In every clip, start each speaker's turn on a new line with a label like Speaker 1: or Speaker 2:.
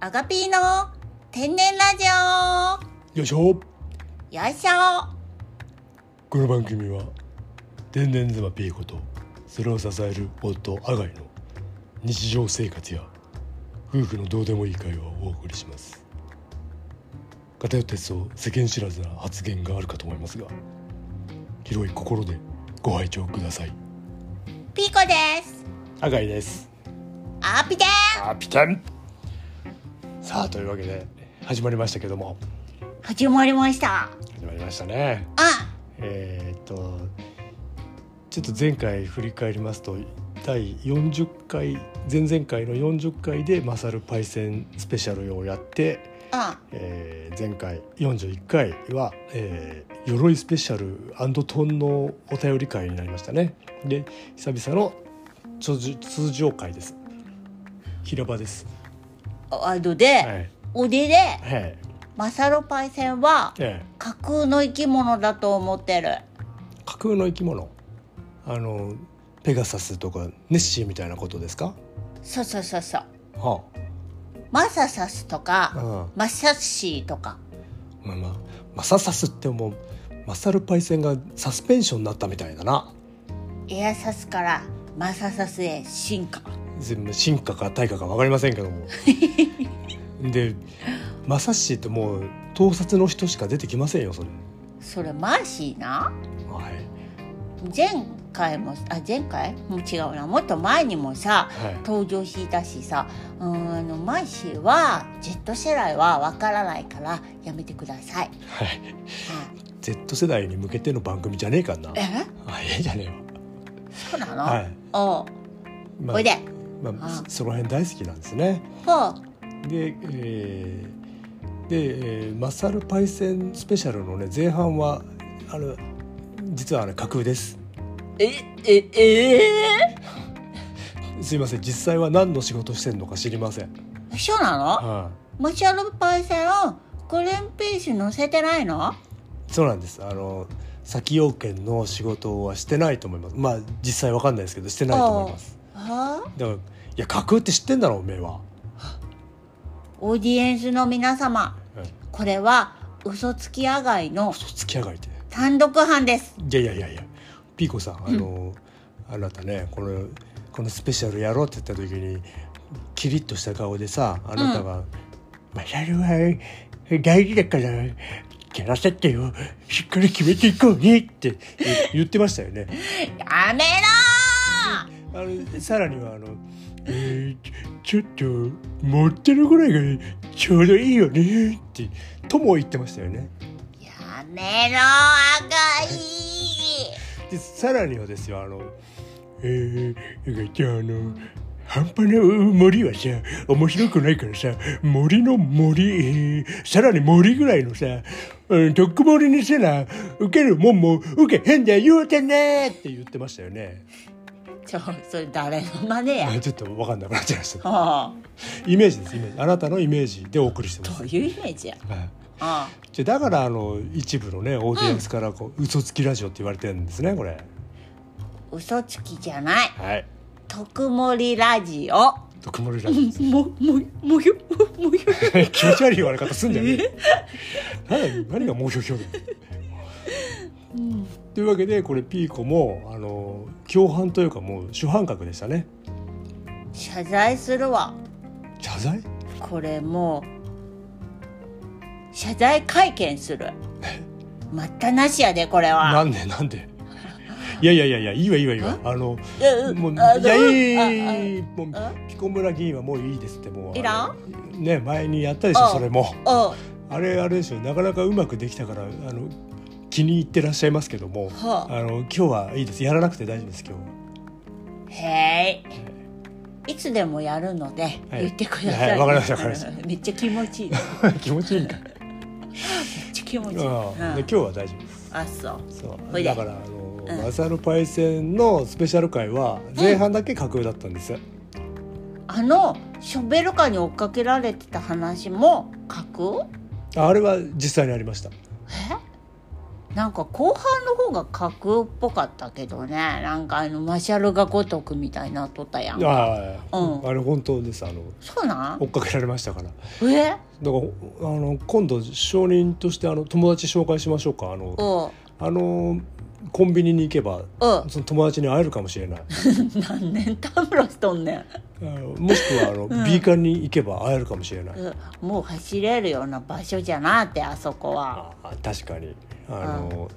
Speaker 1: アガピーの天然ラジ
Speaker 2: よいしょ
Speaker 1: オよいしょ
Speaker 2: この番組は天然妻ピーコとそれを支える夫アガイの日常生活や夫婦のどうでもいい会話をお送りします偏った鉄を世間知らずな発言があるかと思いますが広い心でご拝聴ください
Speaker 1: ピーコです
Speaker 2: アガイです
Speaker 1: アーピで
Speaker 2: あピタンさあというわけで始まりましたけども
Speaker 1: す始まりました
Speaker 2: 始まりましたね
Speaker 1: あ
Speaker 2: えーっとちょっと前回振り返りますと第40回前々回の40回で「マサルパイセンスペシャル」をやって、
Speaker 1: あ
Speaker 2: えー前回41回は、えー鎧スペシャルトンのお便り会になりましたねで久々の通じ通常会です平場です
Speaker 1: ああので、
Speaker 2: はい
Speaker 1: おでで
Speaker 2: はい
Speaker 1: マサロパイセンは
Speaker 2: ええ
Speaker 1: 架空の生き物だと思ってる
Speaker 2: 架空の生き物あのペガサスとかネッシーみたいなことですか
Speaker 1: そうそうそうそう
Speaker 2: は
Speaker 1: マササスとか、
Speaker 2: あ、
Speaker 1: マサッシーとか
Speaker 2: まあまあマササスってもうマサルパイセンがサスペンションになったみたいだな
Speaker 1: エアサスからマササスへ進化
Speaker 2: 全部進化か退化か分かりませんけどもでマサッシーってもう盗撮の人しか出てきませんよそれ
Speaker 1: それマーシーな
Speaker 2: はい
Speaker 1: 前回もあ前回もう違うなもっと前にもさ
Speaker 2: は
Speaker 1: 登場していたしさうーんあのマーシーは Z 世代はわからないからやめてください、
Speaker 2: い、はい、
Speaker 1: はい
Speaker 2: Z 世代に向けての番組じゃねえかな
Speaker 1: え
Speaker 2: あいいじゃねえわ
Speaker 1: そうなの、
Speaker 2: はい
Speaker 1: おう
Speaker 2: まあ
Speaker 1: おいで
Speaker 2: まあ
Speaker 1: あ
Speaker 2: そその辺大好きなんですね
Speaker 1: ほう
Speaker 2: で、えーで、えーマサルパイセンスペシャルのね前半はあの実はあれ架空です
Speaker 1: えええ
Speaker 2: すいません実際は何の仕事してるのか知りません、
Speaker 1: ー、そうなの
Speaker 2: は
Speaker 1: マシャルパイセンをグレンピース乗せてないの
Speaker 2: い、そうなんですあの先要件の仕事はしてないと思いますまあ実際わかんないですけどしてないと思います
Speaker 1: はあ
Speaker 2: だからいや架空って知ってんだろおめえは、
Speaker 1: オーディエンスの皆様
Speaker 2: うん、
Speaker 1: これは嘘つきあがいの
Speaker 2: 嘘つきやがいって
Speaker 1: 単独犯です
Speaker 2: いやいやいやいやピーコさんあの、あなたねこのこのスペシャルやろうって言った時にキリッとした顔でさあなたが「マサルは大事だからやらせってよしっかり決めていこうね」って言言ってましたよね。
Speaker 1: やめろー
Speaker 2: あのさらにはあの、えーちょちょっと持ってるぐらいがちょうどいいよね」ってとも言ってましたよね。
Speaker 1: やめろ赤い
Speaker 2: でさらにはですよあのえー、なんかじゃああの半端な森はさ面白くないからさ森の森、えーさらに森ぐらいのさうんとっくもりにせな受けるもんも受けへんだよ言うてねって言ってましたよね
Speaker 1: ちょそれ誰の真似や
Speaker 2: あちょっと分かんなくなっちゃいました
Speaker 1: あ
Speaker 2: イメージですイメージあなたのイメージでお送りして
Speaker 1: あ
Speaker 2: ます
Speaker 1: どういうイメージや
Speaker 2: はい
Speaker 1: あ
Speaker 2: じゃあだからあの一部のねオーディエンスからこう、嘘つきラジオって言われてるんですねこれ
Speaker 1: あ嘘つきじゃない
Speaker 2: はい
Speaker 1: 特盛りラジオ
Speaker 2: とっくもりラジオです
Speaker 1: もももよもよ
Speaker 2: 気持ち悪い言われ方すんじゃねえよ何何が猛暑表現というわけでこれピーコもあの共犯というかもう主犯格でしたね
Speaker 1: 謝罪するわ
Speaker 2: 謝罪
Speaker 1: これもう謝罪会見する待ったなしやでこれ
Speaker 2: な
Speaker 1: は
Speaker 2: んでなんでいやいやいやいやいいわいいわいいわあの
Speaker 1: うう
Speaker 2: もうい
Speaker 1: あ
Speaker 2: や
Speaker 1: あ
Speaker 2: いいもう
Speaker 1: あ
Speaker 2: ピコ村議員はもういいですってもう
Speaker 1: いらん
Speaker 2: あのね前にやったでしょ
Speaker 1: あ
Speaker 2: それも
Speaker 1: あ
Speaker 2: あれあれでしょなかなかうまくできたからあの気に入ってらっしゃいますけども
Speaker 1: はあ
Speaker 2: あの今日はいいですやらなくて大丈夫です今日は。
Speaker 1: へい。いつでもやるので、
Speaker 2: はい
Speaker 1: 言ってくださ。
Speaker 2: はいいわかりましたわかりました
Speaker 1: うんめっちゃ 気持ちいい。めっ
Speaker 2: 気持ちいいんかい
Speaker 1: ちゃ気持ちいい。
Speaker 2: ああ
Speaker 1: うん
Speaker 2: で今日は大丈夫です
Speaker 1: あ、そう。ほ
Speaker 2: そ
Speaker 1: いうで
Speaker 2: だからあの、
Speaker 1: うん
Speaker 2: マサルパイセンのスペシャル回は前半だけ架空だったんです、
Speaker 1: あのショベルカーに追っかけられてた話も書く？
Speaker 2: あれは実際にありました
Speaker 1: え？なんか後半の方が架空っぽかったけどねなんかあのマシャルが如くみたいになっとったやん
Speaker 2: ああ、
Speaker 1: うん
Speaker 2: あれ本当ですあの
Speaker 1: そうなん
Speaker 2: 追っかけられましたからだか
Speaker 1: え
Speaker 2: らあの今度証人としてあの友達紹介しましょうかあの
Speaker 1: おう
Speaker 2: あのコンビニに行けば
Speaker 1: おう
Speaker 2: その友達に会えるかもしれない
Speaker 1: 何年たむろしとんねん
Speaker 2: あのもしくはあの、ビーカンに行けば会えるかもしれない、
Speaker 1: うんもう走れるような場所じゃなってあそこは
Speaker 2: ああ確かにあの、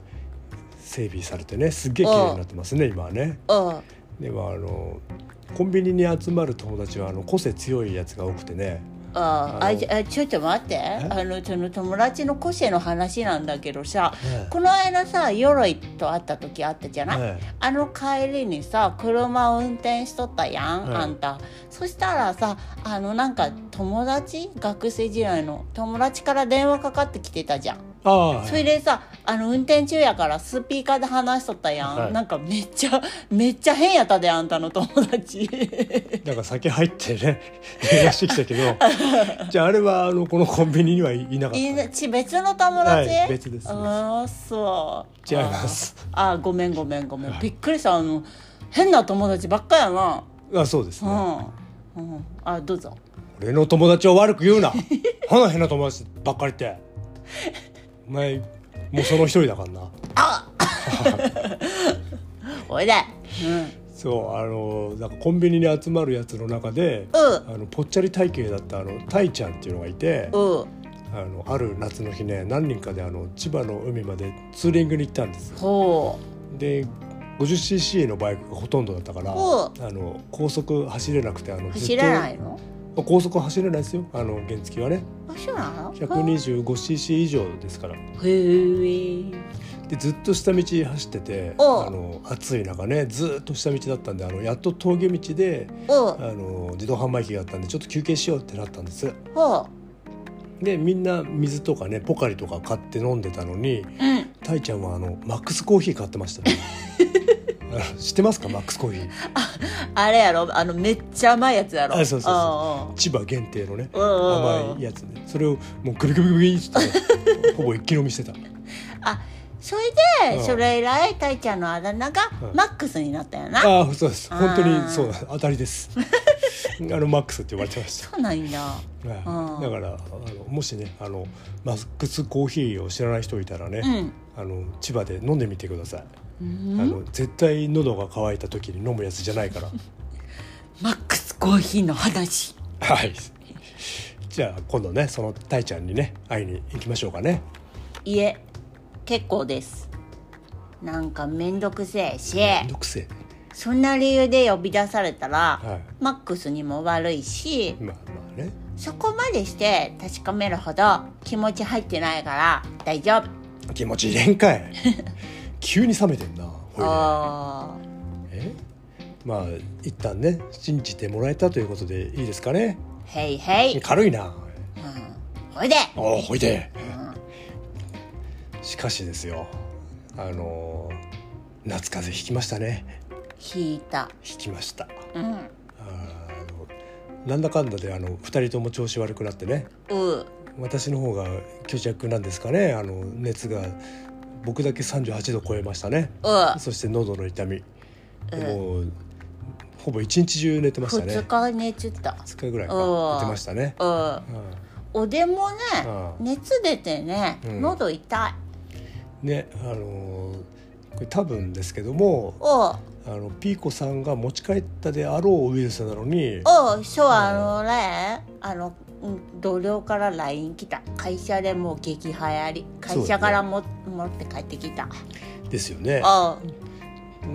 Speaker 2: 整備されてねすっげえ綺麗になってますね今はね
Speaker 1: おう
Speaker 2: でもあのコンビニに集まる友達はあの個性強いやつが多くてね
Speaker 1: あ
Speaker 2: あ
Speaker 1: あ
Speaker 2: の
Speaker 1: じゃあちょっと待ってあのその友達の個性の話なんだけどさ
Speaker 2: ええ
Speaker 1: この間さ鎧と会った時あったじゃない、
Speaker 2: ええ
Speaker 1: あの帰りにさ車を運転しとったやん、
Speaker 2: ええ
Speaker 1: あんたそしたらさあのなんか友達学生時代の友達から電話かかってきてたじゃん
Speaker 2: ああはい
Speaker 1: それでさあの運転中やからスピーカーで話しとったやん、
Speaker 2: はい
Speaker 1: なんかめっちゃめっちゃ変やったであんたの友 達
Speaker 2: なんか酒入ってね電話してきた けどじゃああれはあのこのコンビニにはいいなかっ
Speaker 1: い
Speaker 2: た
Speaker 1: いねち別の友達、
Speaker 2: はい別です
Speaker 1: ああそう
Speaker 2: 違います
Speaker 1: あーあーごめんごめんごめん、
Speaker 2: はい
Speaker 1: びっくりしたあの変な友達ばっかやな
Speaker 2: あそうですね、
Speaker 1: うん、うん、あどうぞ
Speaker 2: 俺の友達を悪く言うな ほな変な友達ばっかりってお前もうその一人だからな
Speaker 1: おいで
Speaker 2: そうあのなんかコンビニに集まるやつの中で、
Speaker 1: う
Speaker 2: あのぽっちゃり体型だったあのタイちゃんっていうのがいて、
Speaker 1: うんうん
Speaker 2: あのある夏の日ね何人かであの千葉の海までツーリングに行ったんです
Speaker 1: ほ
Speaker 2: で 50cc のバイクがほとんどだったからあ
Speaker 1: ほ
Speaker 2: の高速走れなくてあの
Speaker 1: う
Speaker 2: ず
Speaker 1: 走
Speaker 2: っと
Speaker 1: らないの
Speaker 2: あ高速走れないですよあの原付はね
Speaker 1: 走らないの
Speaker 2: 125cc 以上ですから
Speaker 1: へえ
Speaker 2: でずっと下道走っててあ
Speaker 1: お
Speaker 2: の暑い中ねずっと下道だったんであのやっと峠道で
Speaker 1: お
Speaker 2: あの自動販売機があったんでちょっと休憩しようってなったんです
Speaker 1: ほ
Speaker 2: でみんな水とかねポカリとか買って飲んでたのに
Speaker 1: ううん
Speaker 2: タイちゃんはあのマックスコーヒー買ってま したねあの知ってますかマックスコーヒー
Speaker 1: あれやろあのめっちゃ甘いやつやろ
Speaker 2: あそうそう
Speaker 1: そ
Speaker 2: 千葉限定のね
Speaker 1: うんうんうん
Speaker 2: 甘いやつねそれをもうグリグリグリグリってほぼ一気飲みしてた
Speaker 1: それで、
Speaker 2: うん
Speaker 1: それ以来たいちゃんのあだ名が、
Speaker 2: うん
Speaker 1: マックスになったよな
Speaker 2: ああそうです
Speaker 1: あー
Speaker 2: 本当にそうだ当たりですあのマックスって呼ばれてまし
Speaker 1: そうなんだ
Speaker 2: た、はい
Speaker 1: うん
Speaker 2: だからあのもしねあのマックスコーヒーを知らない人いたら
Speaker 1: う
Speaker 2: ね、
Speaker 1: ん
Speaker 2: あの千葉で飲んでみてください、
Speaker 1: うん
Speaker 2: あの絶対喉が渇いた時に飲むやつじゃな いから
Speaker 1: マックスコーヒーの話
Speaker 2: はいじゃあ今度ねそのタイちゃんにね会いに行きましょうかね
Speaker 1: いえ結構ですなんかめんどくせえし
Speaker 2: めんどくせ
Speaker 1: そんな理由で呼び出されたら、
Speaker 2: えはい
Speaker 1: マックスにも悪いし
Speaker 2: まあまあね
Speaker 1: そこまでして確かめるほど気持ち入ってないから大丈夫
Speaker 2: 気持ち入れん かい急に冷めてんなお
Speaker 1: あ
Speaker 2: いでえまあ一旦ね信じてもらえたということでいいですかね
Speaker 1: ーへいへい、うん、
Speaker 2: 軽いな
Speaker 1: おいで
Speaker 2: おおほいで
Speaker 1: うん
Speaker 2: しかしですよあのー夏風邪ひきましたね
Speaker 1: 引いた
Speaker 2: ひきました
Speaker 1: うん
Speaker 2: あーあのなんだかんだであの二人とも調子悪くなってね
Speaker 1: う
Speaker 2: 私の方が虚弱なんですかねあの熱が僕だけ38度超えましたね
Speaker 1: うう
Speaker 2: そして喉の痛み、
Speaker 1: うん
Speaker 2: もうほぼ一日中寝てましたね
Speaker 1: 2日寝ちゃった
Speaker 2: 2日ぐらいか
Speaker 1: うん
Speaker 2: 寝てましたね、
Speaker 1: うん
Speaker 2: う
Speaker 1: おでもね
Speaker 2: うん
Speaker 1: 熱出てね
Speaker 2: うん
Speaker 1: 喉痛い
Speaker 2: んねあのーこれ多分ですけども
Speaker 1: おう
Speaker 2: あのピーコさんが持ち帰ったであろうウイルスなのに
Speaker 1: おうそう
Speaker 2: うん
Speaker 1: あのねあのうん同僚から LINE 来た会社でもう激流行り会社からも、持って帰ってきた
Speaker 2: ですよね
Speaker 1: あ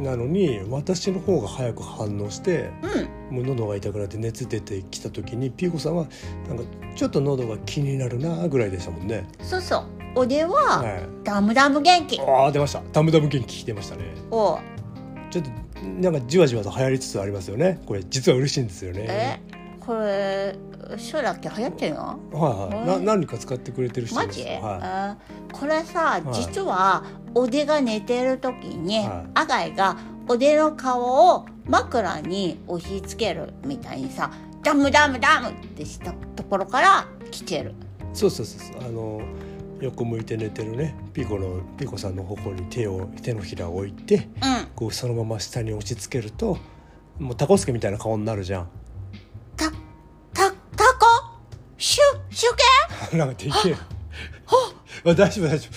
Speaker 2: なのに私の方が早く反応して
Speaker 1: うん
Speaker 2: もう喉が痛くなって熱出てきた時にピーコさんはなんかちょっと喉が気になるなぐらいでしたもんね。
Speaker 1: そうそうおでは、
Speaker 2: はい、
Speaker 1: ダムダム元気
Speaker 2: あー出ましたダムダム元気出ましたね。
Speaker 1: おう
Speaker 2: ちょっとなんかじわじわと流行りつつありますよねこれ実は嬉しいんですよ
Speaker 1: え
Speaker 2: ね
Speaker 1: これそうだっけ流行ってんの
Speaker 2: はいはい、
Speaker 1: え
Speaker 2: な何人か使ってくれてる人
Speaker 1: マ
Speaker 2: います
Speaker 1: ジ、
Speaker 2: は
Speaker 1: あーこれさ
Speaker 2: い
Speaker 1: 実はおでが寝てる時に、
Speaker 2: はい
Speaker 1: アガイがおでの顔を枕に押し付けるみたいにさ「ダムダムダム」ってしたところから来てる
Speaker 2: い、そうそうそうそうあの横向いて寝てるねピコのピコさんの方に手を手のひらを置いて
Speaker 1: うん
Speaker 2: こうそのまま下に押し付けるともうタコスケみたいな顔になるじゃん
Speaker 1: たたたこしゅ手芸
Speaker 2: なんかできる あ大丈夫大丈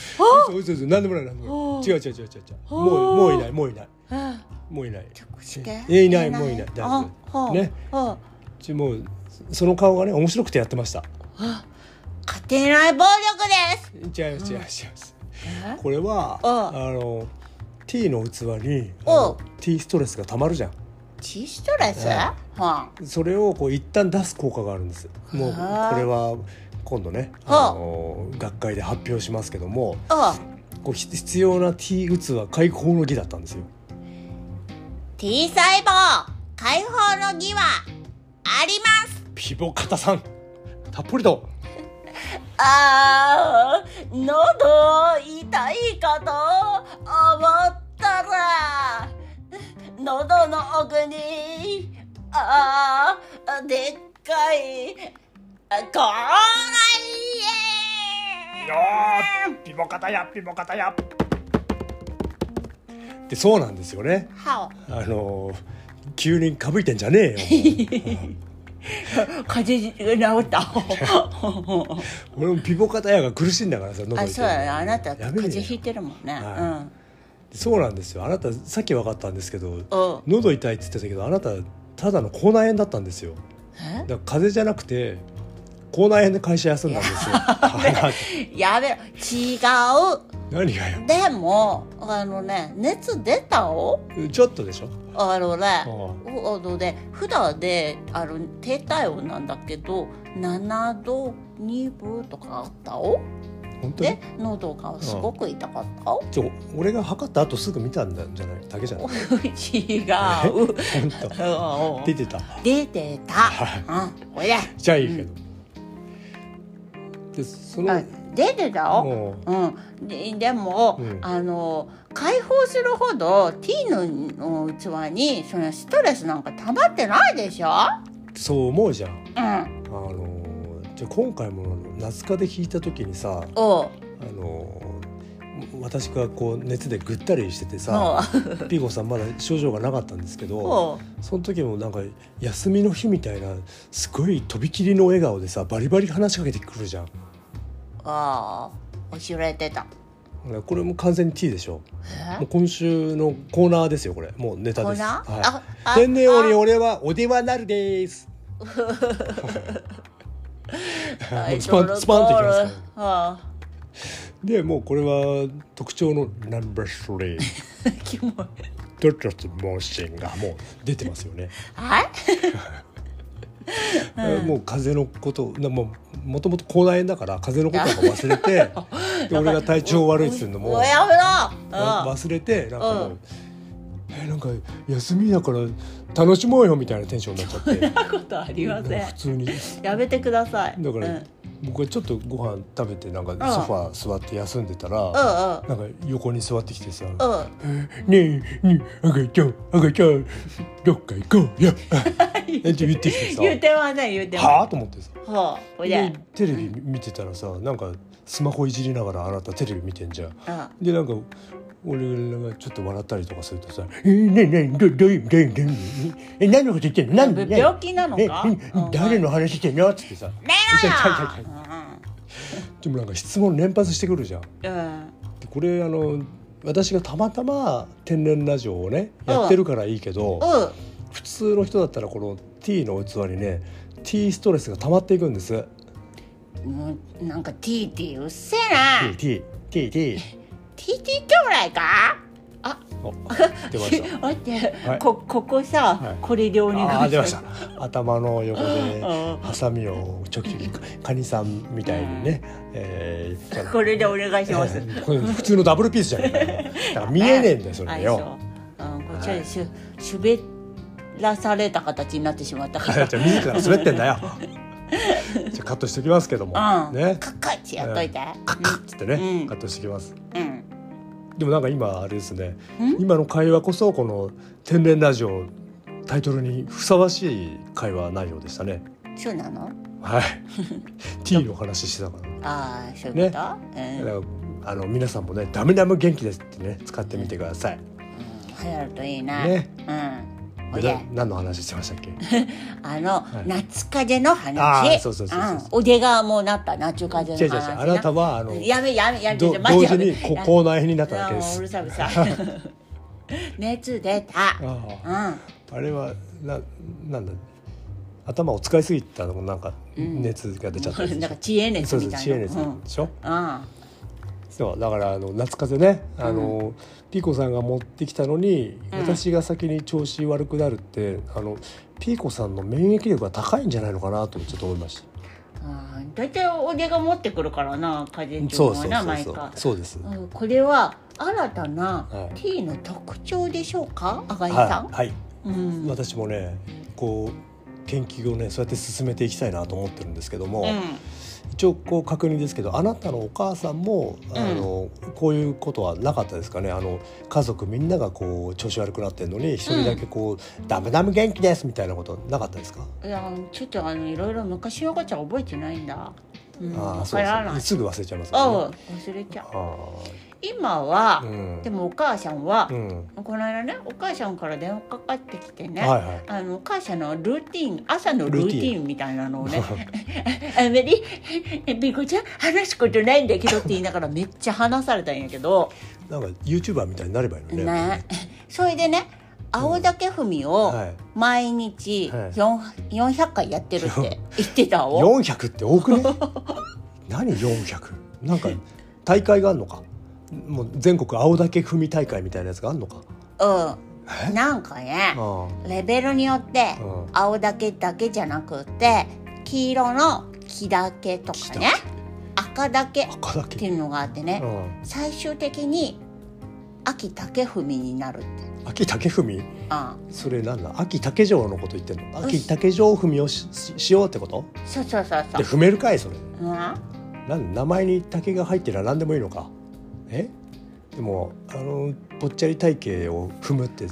Speaker 2: 夫嘘嘘嘘何でもない何でもない違う違う違う違う違うもうもういないもういない
Speaker 1: うん
Speaker 2: もういない
Speaker 1: 手芸
Speaker 2: えいないもういない大丈
Speaker 1: あほ
Speaker 2: 夫
Speaker 1: う
Speaker 2: ね
Speaker 1: ほう
Speaker 2: ちもうその顔がね面白くてやってました
Speaker 1: 家庭内暴力です
Speaker 2: 違う違う違うこれは
Speaker 1: あ
Speaker 2: あの T の器にあ
Speaker 1: お
Speaker 2: の T ストレスがたまるじゃん
Speaker 1: チーストレス
Speaker 2: え
Speaker 1: は
Speaker 2: それをこう一旦出す効果があるんですもうこれ
Speaker 1: あー
Speaker 2: は今度ね
Speaker 1: あ
Speaker 2: あの学会で発表しますけども
Speaker 1: あ
Speaker 2: こうひ必要な T 器開口の儀だったんですよ
Speaker 1: T 細胞解放の儀はあります
Speaker 2: ピボカタさんたっぷりと
Speaker 1: あー喉痛いかと思ったら喉の奥にあーでっかいコー
Speaker 2: よ
Speaker 1: ライ
Speaker 2: ーピボカタやピボカタやでそうなんですよね
Speaker 1: は
Speaker 2: あの急にかぶいてんじゃねえよ
Speaker 1: 風邪治 った
Speaker 2: 俺もピボカタやが苦しいんだからさ喉痛い
Speaker 1: あそうやねあなた
Speaker 2: や
Speaker 1: 風
Speaker 2: め
Speaker 1: 邪
Speaker 2: ねえ
Speaker 1: ひい
Speaker 2: よ
Speaker 1: てるもんね、
Speaker 2: はい
Speaker 1: うん
Speaker 2: そうなんですよあなたさっき分かったんですけど
Speaker 1: お
Speaker 2: 喉痛いって言ってたけどあなたただの口内炎だったんですよ
Speaker 1: え
Speaker 2: だから風邪じゃなくて口内炎で会社休んだんですよ あ
Speaker 1: やべえ違う
Speaker 2: な何がよ
Speaker 1: でもあのね熱出たお
Speaker 2: ちょっとでしょ
Speaker 1: あのね
Speaker 2: う
Speaker 1: おあのね普段であの低体温なんだけど7度2分とかあったお
Speaker 2: ん本当に
Speaker 1: で喉がすごく痛かったお
Speaker 2: ちょ俺が測った後すぐ見たんだんじゃないだけじゃない
Speaker 1: 違う
Speaker 2: 本当
Speaker 1: お
Speaker 2: 出てた
Speaker 1: 出てたうんおいで
Speaker 2: じゃあいいけど、でその、
Speaker 1: あ出てたお
Speaker 2: もう
Speaker 1: うん、ででも、
Speaker 2: うん
Speaker 1: あの解放するほど T のの器にそのストレスなんか溜まってないでしょ、
Speaker 2: そう思うじゃん
Speaker 1: うん、
Speaker 2: あのーじゃあ今回も夏風邪ひいた時にさ
Speaker 1: おう
Speaker 2: あのー私がこう熱でぐったりしててさ
Speaker 1: おう
Speaker 2: ピーコさんまだ症状がなかったんですけど
Speaker 1: おう
Speaker 2: その時もなんか休みの日みたいなすごいとびきりの笑顔でさバリバリ話しかけてくるじゃん
Speaker 1: ああ教えてた
Speaker 2: これも完全に T でしょも
Speaker 1: え
Speaker 2: う今週のコーナーですよこれもうネタ
Speaker 1: 粉
Speaker 2: です、は
Speaker 1: あ
Speaker 2: い、
Speaker 1: あ
Speaker 2: 天然より
Speaker 1: あ
Speaker 2: 俺はおではなるです
Speaker 1: アイ
Speaker 2: ス
Speaker 1: ド
Speaker 2: パ
Speaker 1: ル
Speaker 2: ンスパンっていきます
Speaker 1: ゴ
Speaker 2: から
Speaker 1: ールあ
Speaker 2: でもうこれは特徴のナンバースリー
Speaker 1: あ キモい
Speaker 2: ドットモーションがもう出てますよ ね、
Speaker 1: はい
Speaker 2: もう風邪のことなもうもともと口内炎だから風邪のことなんか忘れ てで俺が体調悪いっつうのも
Speaker 1: おやめ
Speaker 2: わ
Speaker 1: ろ、うん、
Speaker 2: 忘れてなんかも
Speaker 1: う
Speaker 2: う、
Speaker 1: ん
Speaker 2: えなんか休みだから楽しもうよみたいなテンションになっちゃ って
Speaker 1: そんなことありませ
Speaker 2: もう普
Speaker 1: ん
Speaker 2: 通にだ
Speaker 1: やめてください
Speaker 2: から、
Speaker 1: うん、うん
Speaker 2: 僕はちょっとご飯食べてなんかソファー座って休んでたら、なんか横に座ってきてさ「
Speaker 1: うんうん
Speaker 2: ねえねえ赤ちゃん赤ちゃんどっか行こ うよ」って言ってきてさ
Speaker 1: 言うてません言うてません
Speaker 2: はあと思ってさ
Speaker 1: ほうおい
Speaker 2: で
Speaker 1: で
Speaker 2: テレビ見てたらさなんかスマホいじりながらあなたテレビ見てんじゃん
Speaker 1: うん
Speaker 2: でなんか俺がちょっと笑ったりとかするとさ「えー、ねえねえどどういうどういうどういうえ何のこと言ってんの何
Speaker 1: ぶ
Speaker 2: で
Speaker 1: 病気なの
Speaker 2: え
Speaker 1: か
Speaker 2: うん誰の話してんの?」っつってさ
Speaker 1: 寝
Speaker 2: いやいやいや
Speaker 1: ろよ
Speaker 2: でもなんか質問連発してくるじゃん。
Speaker 1: うん
Speaker 2: でこれあの私がたまたま天然ラジオをねやってるからいいけど、
Speaker 1: うん
Speaker 2: 普通の人だったらこの T の器にね T ストレスが溜まっていくんです。
Speaker 1: もうなんか TT うっせえな
Speaker 2: T T T T
Speaker 1: TT 兄弟か
Speaker 2: お出ました。
Speaker 1: 待って
Speaker 2: はい
Speaker 1: こここ
Speaker 2: はい
Speaker 1: さこれでお願い
Speaker 2: あー出まし
Speaker 1: す
Speaker 2: た。 頭の横で
Speaker 1: うん
Speaker 2: ハサミをちょきちょきカニさんみたいにね、えーちょっと
Speaker 1: これでお願いします
Speaker 2: えーこれ普通のダブルピースじゃないかなだから見えねえんだよそれがよ。
Speaker 1: あそううんこっちはしゅ滑らされた形になってしまったか
Speaker 2: じ
Speaker 1: ら
Speaker 2: ゃあ自ら滑ってんだよ。じゃあカットしておきますけども、
Speaker 1: うん
Speaker 2: ね。
Speaker 1: カッカッチやっといて
Speaker 2: カッカッつってね、
Speaker 1: うん
Speaker 2: カットしてきます
Speaker 1: うん
Speaker 2: でもなんか今あれですね
Speaker 1: ん
Speaker 2: 今の会話こそこの天然ラジオタイトルにふさわしい会話内容でしたね
Speaker 1: そうなの
Speaker 2: はい T の話してたから
Speaker 1: ああそういうこと、うん、
Speaker 2: だからあの皆さんもね「ダメダメ元気です」ってね使ってみてください
Speaker 1: うん流行るといいな、
Speaker 2: ね
Speaker 1: うんお
Speaker 2: で
Speaker 1: で
Speaker 2: な何の話してました っけ
Speaker 1: あの、
Speaker 2: い
Speaker 1: 夏風邪の
Speaker 2: あー
Speaker 1: 話
Speaker 2: そうそうそうそうん
Speaker 1: おでがもうなった夏風
Speaker 2: 違う違う
Speaker 1: 邪
Speaker 2: 違う
Speaker 1: の話な
Speaker 2: あなたはあの
Speaker 1: やめやめやめ
Speaker 2: ど
Speaker 1: やめ
Speaker 2: 同時にこ
Speaker 1: やめ
Speaker 2: 口内炎になっただ
Speaker 1: あ
Speaker 2: けで
Speaker 1: もうう
Speaker 2: す
Speaker 1: るさいうるさ い熱出た
Speaker 2: あ
Speaker 1: う
Speaker 2: あ
Speaker 1: ん
Speaker 2: あれはななんだ頭を使いすぎたのもなんか熱が出ちゃったりする
Speaker 1: なんか知恵熱
Speaker 2: そうそ
Speaker 1: み
Speaker 2: う
Speaker 1: たい
Speaker 2: 知恵
Speaker 1: な
Speaker 2: 熱で
Speaker 1: うん
Speaker 2: しょ、
Speaker 1: うん
Speaker 2: そうだからあの夏風邪ねあの、ピーコさんが持ってきたのに、
Speaker 1: うん
Speaker 2: 私が先に調子悪くなるってあのピーコさんの免疫力が高いんじゃないのかなとちょっと思いまし
Speaker 1: あー大体おでが持ってくるからな風
Speaker 2: た
Speaker 1: 邪症はな毎
Speaker 2: そう
Speaker 1: 回
Speaker 2: そうです、
Speaker 1: うんこれは新たな
Speaker 2: はい
Speaker 1: T の特徴でしょうかあがいさ
Speaker 2: は
Speaker 1: ん
Speaker 2: い、はい、
Speaker 1: うんうん
Speaker 2: 私もねこう研究をねそうやって進めていきたいなと思ってるんですけども、一応こう確認ですけどあなたのお母さんもあの、こういうことはなかったですかねあの家族みんながこう調子悪くなってるのに一人だけこう、ダメダメ元気です」みたいなことなかったですか、
Speaker 1: いやちょっとあのいろいろ昔の赤ちゃん覚えてないんだうん
Speaker 2: ああ
Speaker 1: わ
Speaker 2: そ
Speaker 1: か
Speaker 2: う
Speaker 1: らな
Speaker 2: で
Speaker 1: い
Speaker 2: すすぐ忘れちゃいます
Speaker 1: あ
Speaker 2: よ
Speaker 1: あ
Speaker 2: ね。
Speaker 1: 忘れちゃう
Speaker 2: あ
Speaker 1: 今は
Speaker 2: あうん
Speaker 1: でもお母さんは
Speaker 2: う、ん
Speaker 1: この間ねお母さんから電話かかってきてね、
Speaker 2: はいはい
Speaker 1: あのお母さんのルーティン朝のル
Speaker 2: ル
Speaker 1: ーテ
Speaker 2: ーティン
Speaker 1: ィンみたいなのをね「 あメリビコちゃん話すことないんだけど」って言いながらめっちゃ話されたんやけど、
Speaker 2: なんか YouTuber みたいになればいいのね
Speaker 1: ね、それでね青竹踏みを
Speaker 2: はい
Speaker 1: 毎日
Speaker 2: はい
Speaker 1: 4 400回やってるって言ってたわ
Speaker 2: 400って多 くね何400なんか大会があるのかもう全国青竹踏み大会みたいなやつがあるのか
Speaker 1: うん、なんかね
Speaker 2: あ
Speaker 1: レベルによって
Speaker 2: あうん
Speaker 1: 青竹だけじゃなくって黄色の木だけとかね赤だけっ
Speaker 2: 赤だ
Speaker 1: て
Speaker 2: け
Speaker 1: いうのがあってね
Speaker 2: うん
Speaker 1: 最終的に秋竹踏みになるって、
Speaker 2: 秋竹踏み
Speaker 1: うん、
Speaker 2: それなんだ秋竹城のこと言ってんの
Speaker 1: ん
Speaker 2: 秋竹城踏みをしししようってこと
Speaker 1: そうそうそうそ
Speaker 2: で
Speaker 1: う、
Speaker 2: 踏めるかいそれ
Speaker 1: うん、
Speaker 2: なん名前に竹が入ってら何でもいいのかえでもあのぽっちゃり体型を踏むって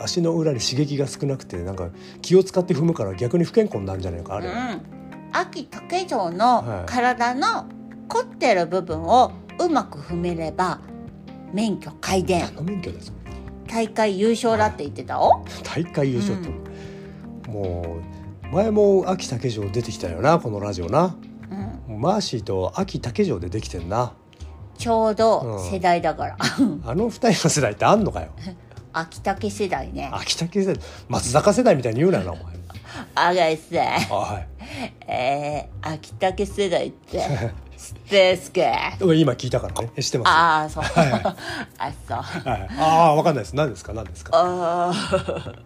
Speaker 2: 足の裏に刺激が少なくてなんか気を使って踏むから逆に不健康になるんじゃないかあれ、
Speaker 1: うん、秋竹城
Speaker 2: は
Speaker 1: の
Speaker 2: い
Speaker 1: 体の凝ってる部分をうまく踏めれば免許改
Speaker 2: 何
Speaker 1: 伝
Speaker 2: の免許です
Speaker 1: 大会優勝だって言ってたお
Speaker 2: 大会優勝って、もう前も秋竹城出てきたよなこのラジオな
Speaker 1: うん、
Speaker 2: もうマーシーと秋竹城でできてんな
Speaker 1: ちょうど
Speaker 2: うん
Speaker 1: 世代だから、
Speaker 2: あの二人の世代ってあんの かよ
Speaker 1: 秋竹世代ね
Speaker 2: 秋竹世代松坂世代みたいに言うなよなお前
Speaker 1: あがいせ
Speaker 2: は
Speaker 1: えー、秋竹世代 って知ってんすけ
Speaker 2: いでも今聞いたからね知ってます
Speaker 1: ああそう、 あそう
Speaker 2: はい、ああ分かんないです何ですか何ですか
Speaker 1: あー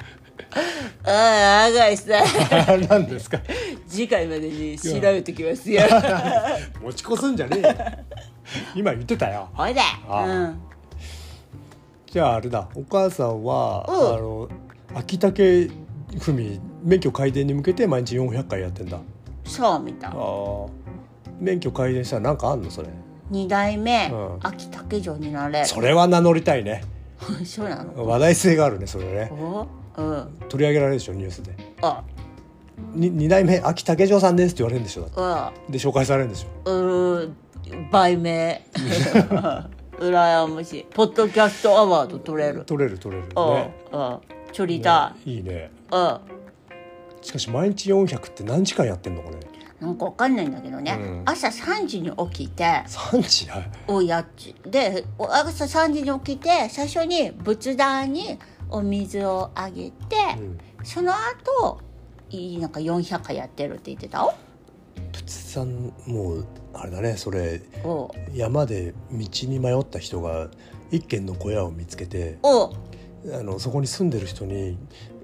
Speaker 1: あー、赤井さん、
Speaker 2: 何ですか
Speaker 1: 次回までに調べてきますよ。
Speaker 2: 持ち越すんじゃねえよ今言ってたよ
Speaker 1: ほいで、
Speaker 2: あーじゃああれだお母さんは、
Speaker 1: うん
Speaker 2: あの秋竹文免許改伝に向けて毎日400回やってんだ
Speaker 1: うん、そうみたい
Speaker 2: あ。あ免許改伝したら何かあんのそれ
Speaker 1: 二代目、
Speaker 2: うん
Speaker 1: 秋竹城になれる。
Speaker 2: それは名乗りたいね
Speaker 1: そうなの。
Speaker 2: 話題性があるねそれね
Speaker 1: お、うん、
Speaker 2: 取り上げられるでしょニュースで
Speaker 1: あ、
Speaker 2: に2代目秋竹城さんですって言われるんでしょだって
Speaker 1: あ、
Speaker 2: で紹介されるんでしょ
Speaker 1: うー、売 名。羨ましい。ポッドキャストアワード取れる。
Speaker 2: 取れる取れるね
Speaker 1: うん、うん、取りたい。
Speaker 2: いいね
Speaker 1: うん。
Speaker 2: しかし毎日400って何時間やってんのこれ
Speaker 1: なんかわかんないんだけどね、
Speaker 2: うん
Speaker 1: 朝3時に起きて
Speaker 2: 3時はい
Speaker 1: おやつでお朝3時に起きて最初に仏壇にお水をあげて、
Speaker 2: うん
Speaker 1: その後いいなんか400回やってるって言ってたお
Speaker 2: 仏壇もうあれだねそれ
Speaker 1: おう
Speaker 2: 山で道に迷った人が一軒の小屋を見つけて
Speaker 1: おう
Speaker 2: あのそこに住んでる人に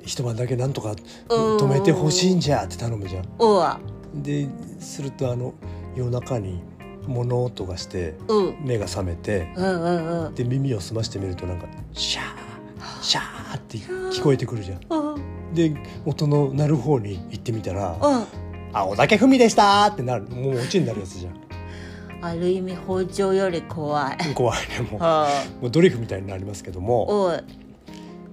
Speaker 2: 一晩だけなんと
Speaker 1: う
Speaker 2: か
Speaker 1: ん
Speaker 2: 止めてほしいんじゃって頼むじゃん。
Speaker 1: おうわ
Speaker 2: でするとあの夜中に物音がして
Speaker 1: うん
Speaker 2: 目が覚めて
Speaker 1: うんうんうん
Speaker 2: で耳を澄ましてみるとなんかシャーシャーって聞こえてくるじゃん。
Speaker 1: うん
Speaker 2: で音の鳴る方に行ってみたら
Speaker 1: うん
Speaker 2: あ、お酒ふみでしたーってなる。もうオチになるやつじゃん。
Speaker 1: ある意味包丁より怖い
Speaker 2: 怖いね、も
Speaker 1: は
Speaker 2: う。もうドリフみたいになりますけども。
Speaker 1: おう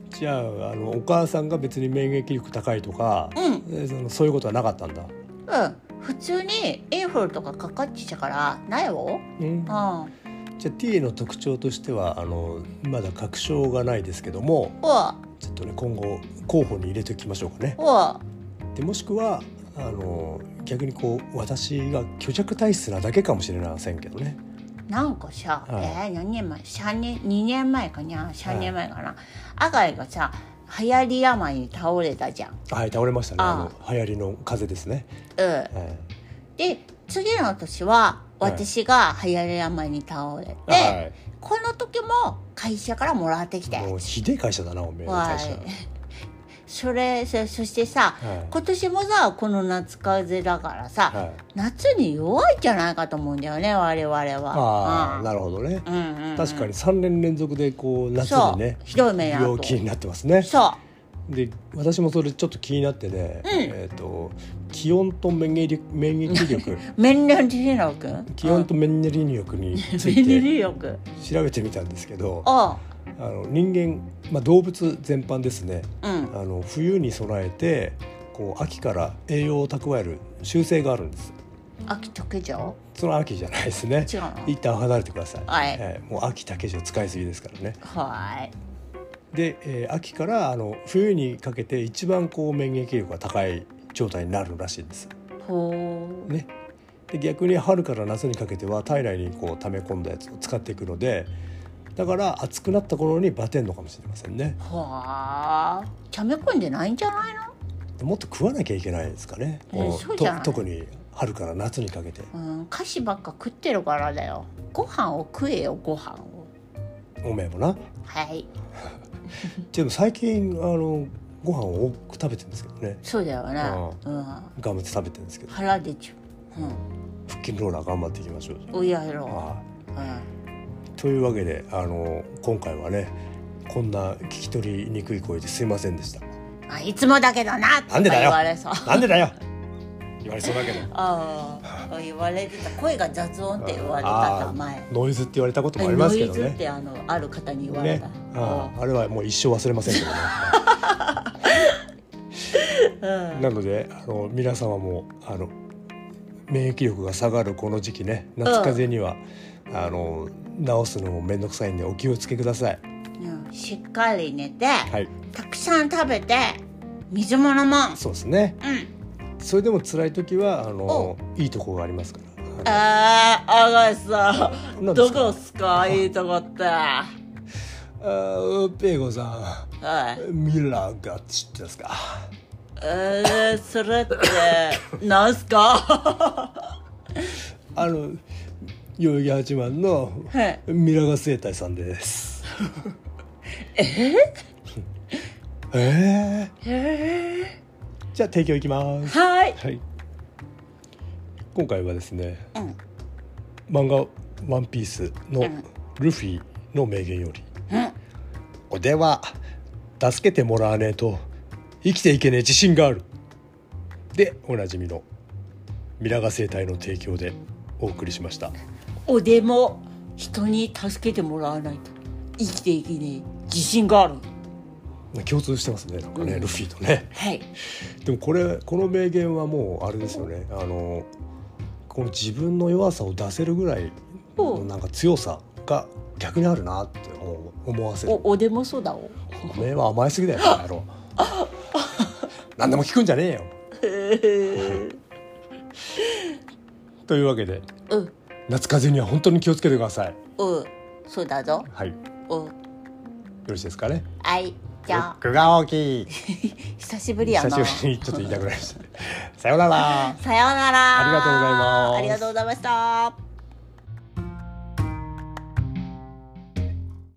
Speaker 2: じゃあ、あの、お母さんが別に免疫力高いとか、
Speaker 1: うん
Speaker 2: えそのそういうことはなかったんだ。
Speaker 1: うん普通にエーフォルとかかかってきたからないよ
Speaker 2: うん
Speaker 1: う、ん
Speaker 2: じゃあ T の特徴としてはあのまだ確証がないですけども
Speaker 1: おわ
Speaker 2: ちょっとね今後候補に入れておきましょうかね
Speaker 1: おわ
Speaker 2: でもしくはあの逆にこう私が虚弱体質なだけかもしれませんけどね
Speaker 1: なんかさ、
Speaker 2: はい
Speaker 1: えー何年前3年2年前かにゃ3年前かな、赤井がさ流行り病に倒れたじゃん、
Speaker 2: はい倒れましたねあ
Speaker 1: あ
Speaker 2: の流行りの風邪ですね、
Speaker 1: うん、
Speaker 2: え
Speaker 1: で次の年は
Speaker 2: はい
Speaker 1: 私が流行り病に倒れて、
Speaker 2: えはい
Speaker 1: この時も会社からもらってきたや
Speaker 2: もう
Speaker 1: つ
Speaker 2: ひでえ会社だなおめえの
Speaker 1: わ
Speaker 2: 会社、
Speaker 1: いそれそそしてさ
Speaker 2: はい
Speaker 1: 今年もさこの夏風邪だからさ、
Speaker 2: はい、
Speaker 1: 夏に弱いんじゃないかと思うんだよね我々
Speaker 2: ああ、
Speaker 1: は。
Speaker 2: なるほどね、
Speaker 1: うんうんうん
Speaker 2: 確かに3年連続でこう夏
Speaker 1: そ
Speaker 2: に
Speaker 1: う、
Speaker 2: ね
Speaker 1: ひどい目に遭
Speaker 2: 病
Speaker 1: うと
Speaker 2: 気になってますね
Speaker 1: そ
Speaker 2: で私もそれちょっと気になってね、
Speaker 1: うん
Speaker 2: えっ、と気温と免疫力免疫 力
Speaker 1: う免疫力
Speaker 2: 気温と免疫力につ
Speaker 1: 免
Speaker 2: いて
Speaker 1: 疫力
Speaker 2: 調べてみたんですけどあ
Speaker 1: あ
Speaker 2: の人間、まあ、動物全般ですね
Speaker 1: うん
Speaker 2: あの冬に備えてこう秋から栄養を蓄える習性があるんです
Speaker 1: 秋溶けちゃう
Speaker 2: その秋じゃないです ね
Speaker 1: 違うの
Speaker 2: 一旦離れてください、
Speaker 1: はい
Speaker 2: えーもう秋だけじゃ使いすぎですからね
Speaker 1: はーい
Speaker 2: で、えー秋からあの冬にかけて一番こう免疫力が高い状態になるらしいんです。
Speaker 1: ほう
Speaker 2: ね、で逆に春から夏にかけては体内にこう溜め込んだやつを使っていくのでだから暑くなった頃にバテんのかもしれませんね
Speaker 1: はあちゃめこんでないんじゃないの
Speaker 2: でもっと食わなきゃいけないですかね、
Speaker 1: え
Speaker 2: こ
Speaker 1: そうじゃない
Speaker 2: と特に春から夏にかけて
Speaker 1: うん菓子ばっか食ってるからだよご飯を食えよご飯を
Speaker 2: おめえもな
Speaker 1: はい
Speaker 2: でも最近あのご飯を多く食べてるんですけどね
Speaker 1: そうだよね
Speaker 2: う
Speaker 1: うん
Speaker 2: 頑張って食べてるんですけど
Speaker 1: 腹出ちゃう
Speaker 2: 腹筋ローラー頑張っていきましょう
Speaker 1: うんおやろ
Speaker 2: あ
Speaker 1: う、う
Speaker 2: あ
Speaker 1: ん
Speaker 2: というわけであの今回はねこんな聞き取りにくい声ですいませんでした
Speaker 1: あいつもだけどなとか
Speaker 2: なんでだよ
Speaker 1: 言われそう
Speaker 2: なんでだよ言われそうだけど
Speaker 1: ああ言われてた声が雑音って言われた
Speaker 2: あ
Speaker 1: さ前
Speaker 2: ーノイズって言われたこともありますけど
Speaker 1: ノイズっ
Speaker 2: ね
Speaker 1: てあのある方に言われ
Speaker 2: ね
Speaker 1: た、
Speaker 2: あーあれはもう一生忘れませんけどね
Speaker 1: うん
Speaker 2: なのであの皆様もあの免疫力が下がるこの時期ね夏風邪には、あの治すのも面倒くさいんでお気をつけください
Speaker 1: うんしっかり寝て、
Speaker 2: はい
Speaker 1: たくさん食べて水も飲もう
Speaker 2: そうですね
Speaker 1: うん
Speaker 2: それでも辛い時はあのいいとこがありますからあの
Speaker 1: あー赤石さん
Speaker 2: 何です
Speaker 1: ど
Speaker 2: か
Speaker 1: こっすかいいとこっては
Speaker 2: あーペーゴさ
Speaker 1: い
Speaker 2: んミラーが知ってますか
Speaker 1: えー、それ ってなんすか
Speaker 2: あの代々木八幡の
Speaker 1: はい
Speaker 2: ミラーが生態さんですええ
Speaker 1: え
Speaker 2: ーじゃあ提供いきます
Speaker 1: ー、はい
Speaker 2: はい今回はですね
Speaker 1: うん
Speaker 2: 漫画「ワンピースの
Speaker 1: ん
Speaker 2: ルフィの名言より
Speaker 1: うん
Speaker 2: 「おでは助けてもらわねえと生きていけねえ自信がある」でおなじみのミラガ生態の提供でお送りしました
Speaker 1: おでも人に助けてもらわないと生きていけねえ自信がある
Speaker 2: 共通してますねなんかね、
Speaker 1: うん
Speaker 2: ルフィとね
Speaker 1: はい
Speaker 2: でもこれこの名言はもうあれですよねあのこの自分の弱さを出せるぐらいの
Speaker 1: お
Speaker 2: なんか強さが逆にあるなって思う思わせる
Speaker 1: おおでもそうだお
Speaker 2: おめえは甘えすぎだよこの野郎何でも聞くんじゃねえよというわけで
Speaker 1: うん
Speaker 2: 夏風邪には本当に気をつけてください
Speaker 1: うんそうだぞ
Speaker 2: はいよ
Speaker 1: うん
Speaker 2: ろしいですかね
Speaker 1: はいじゃあ
Speaker 2: 僕が大き い
Speaker 1: 久しぶりやな
Speaker 2: 久しぶりにちょっと言いたくなりましたさようなら
Speaker 1: さようなら
Speaker 2: ありがとうございます
Speaker 1: ありがとうございました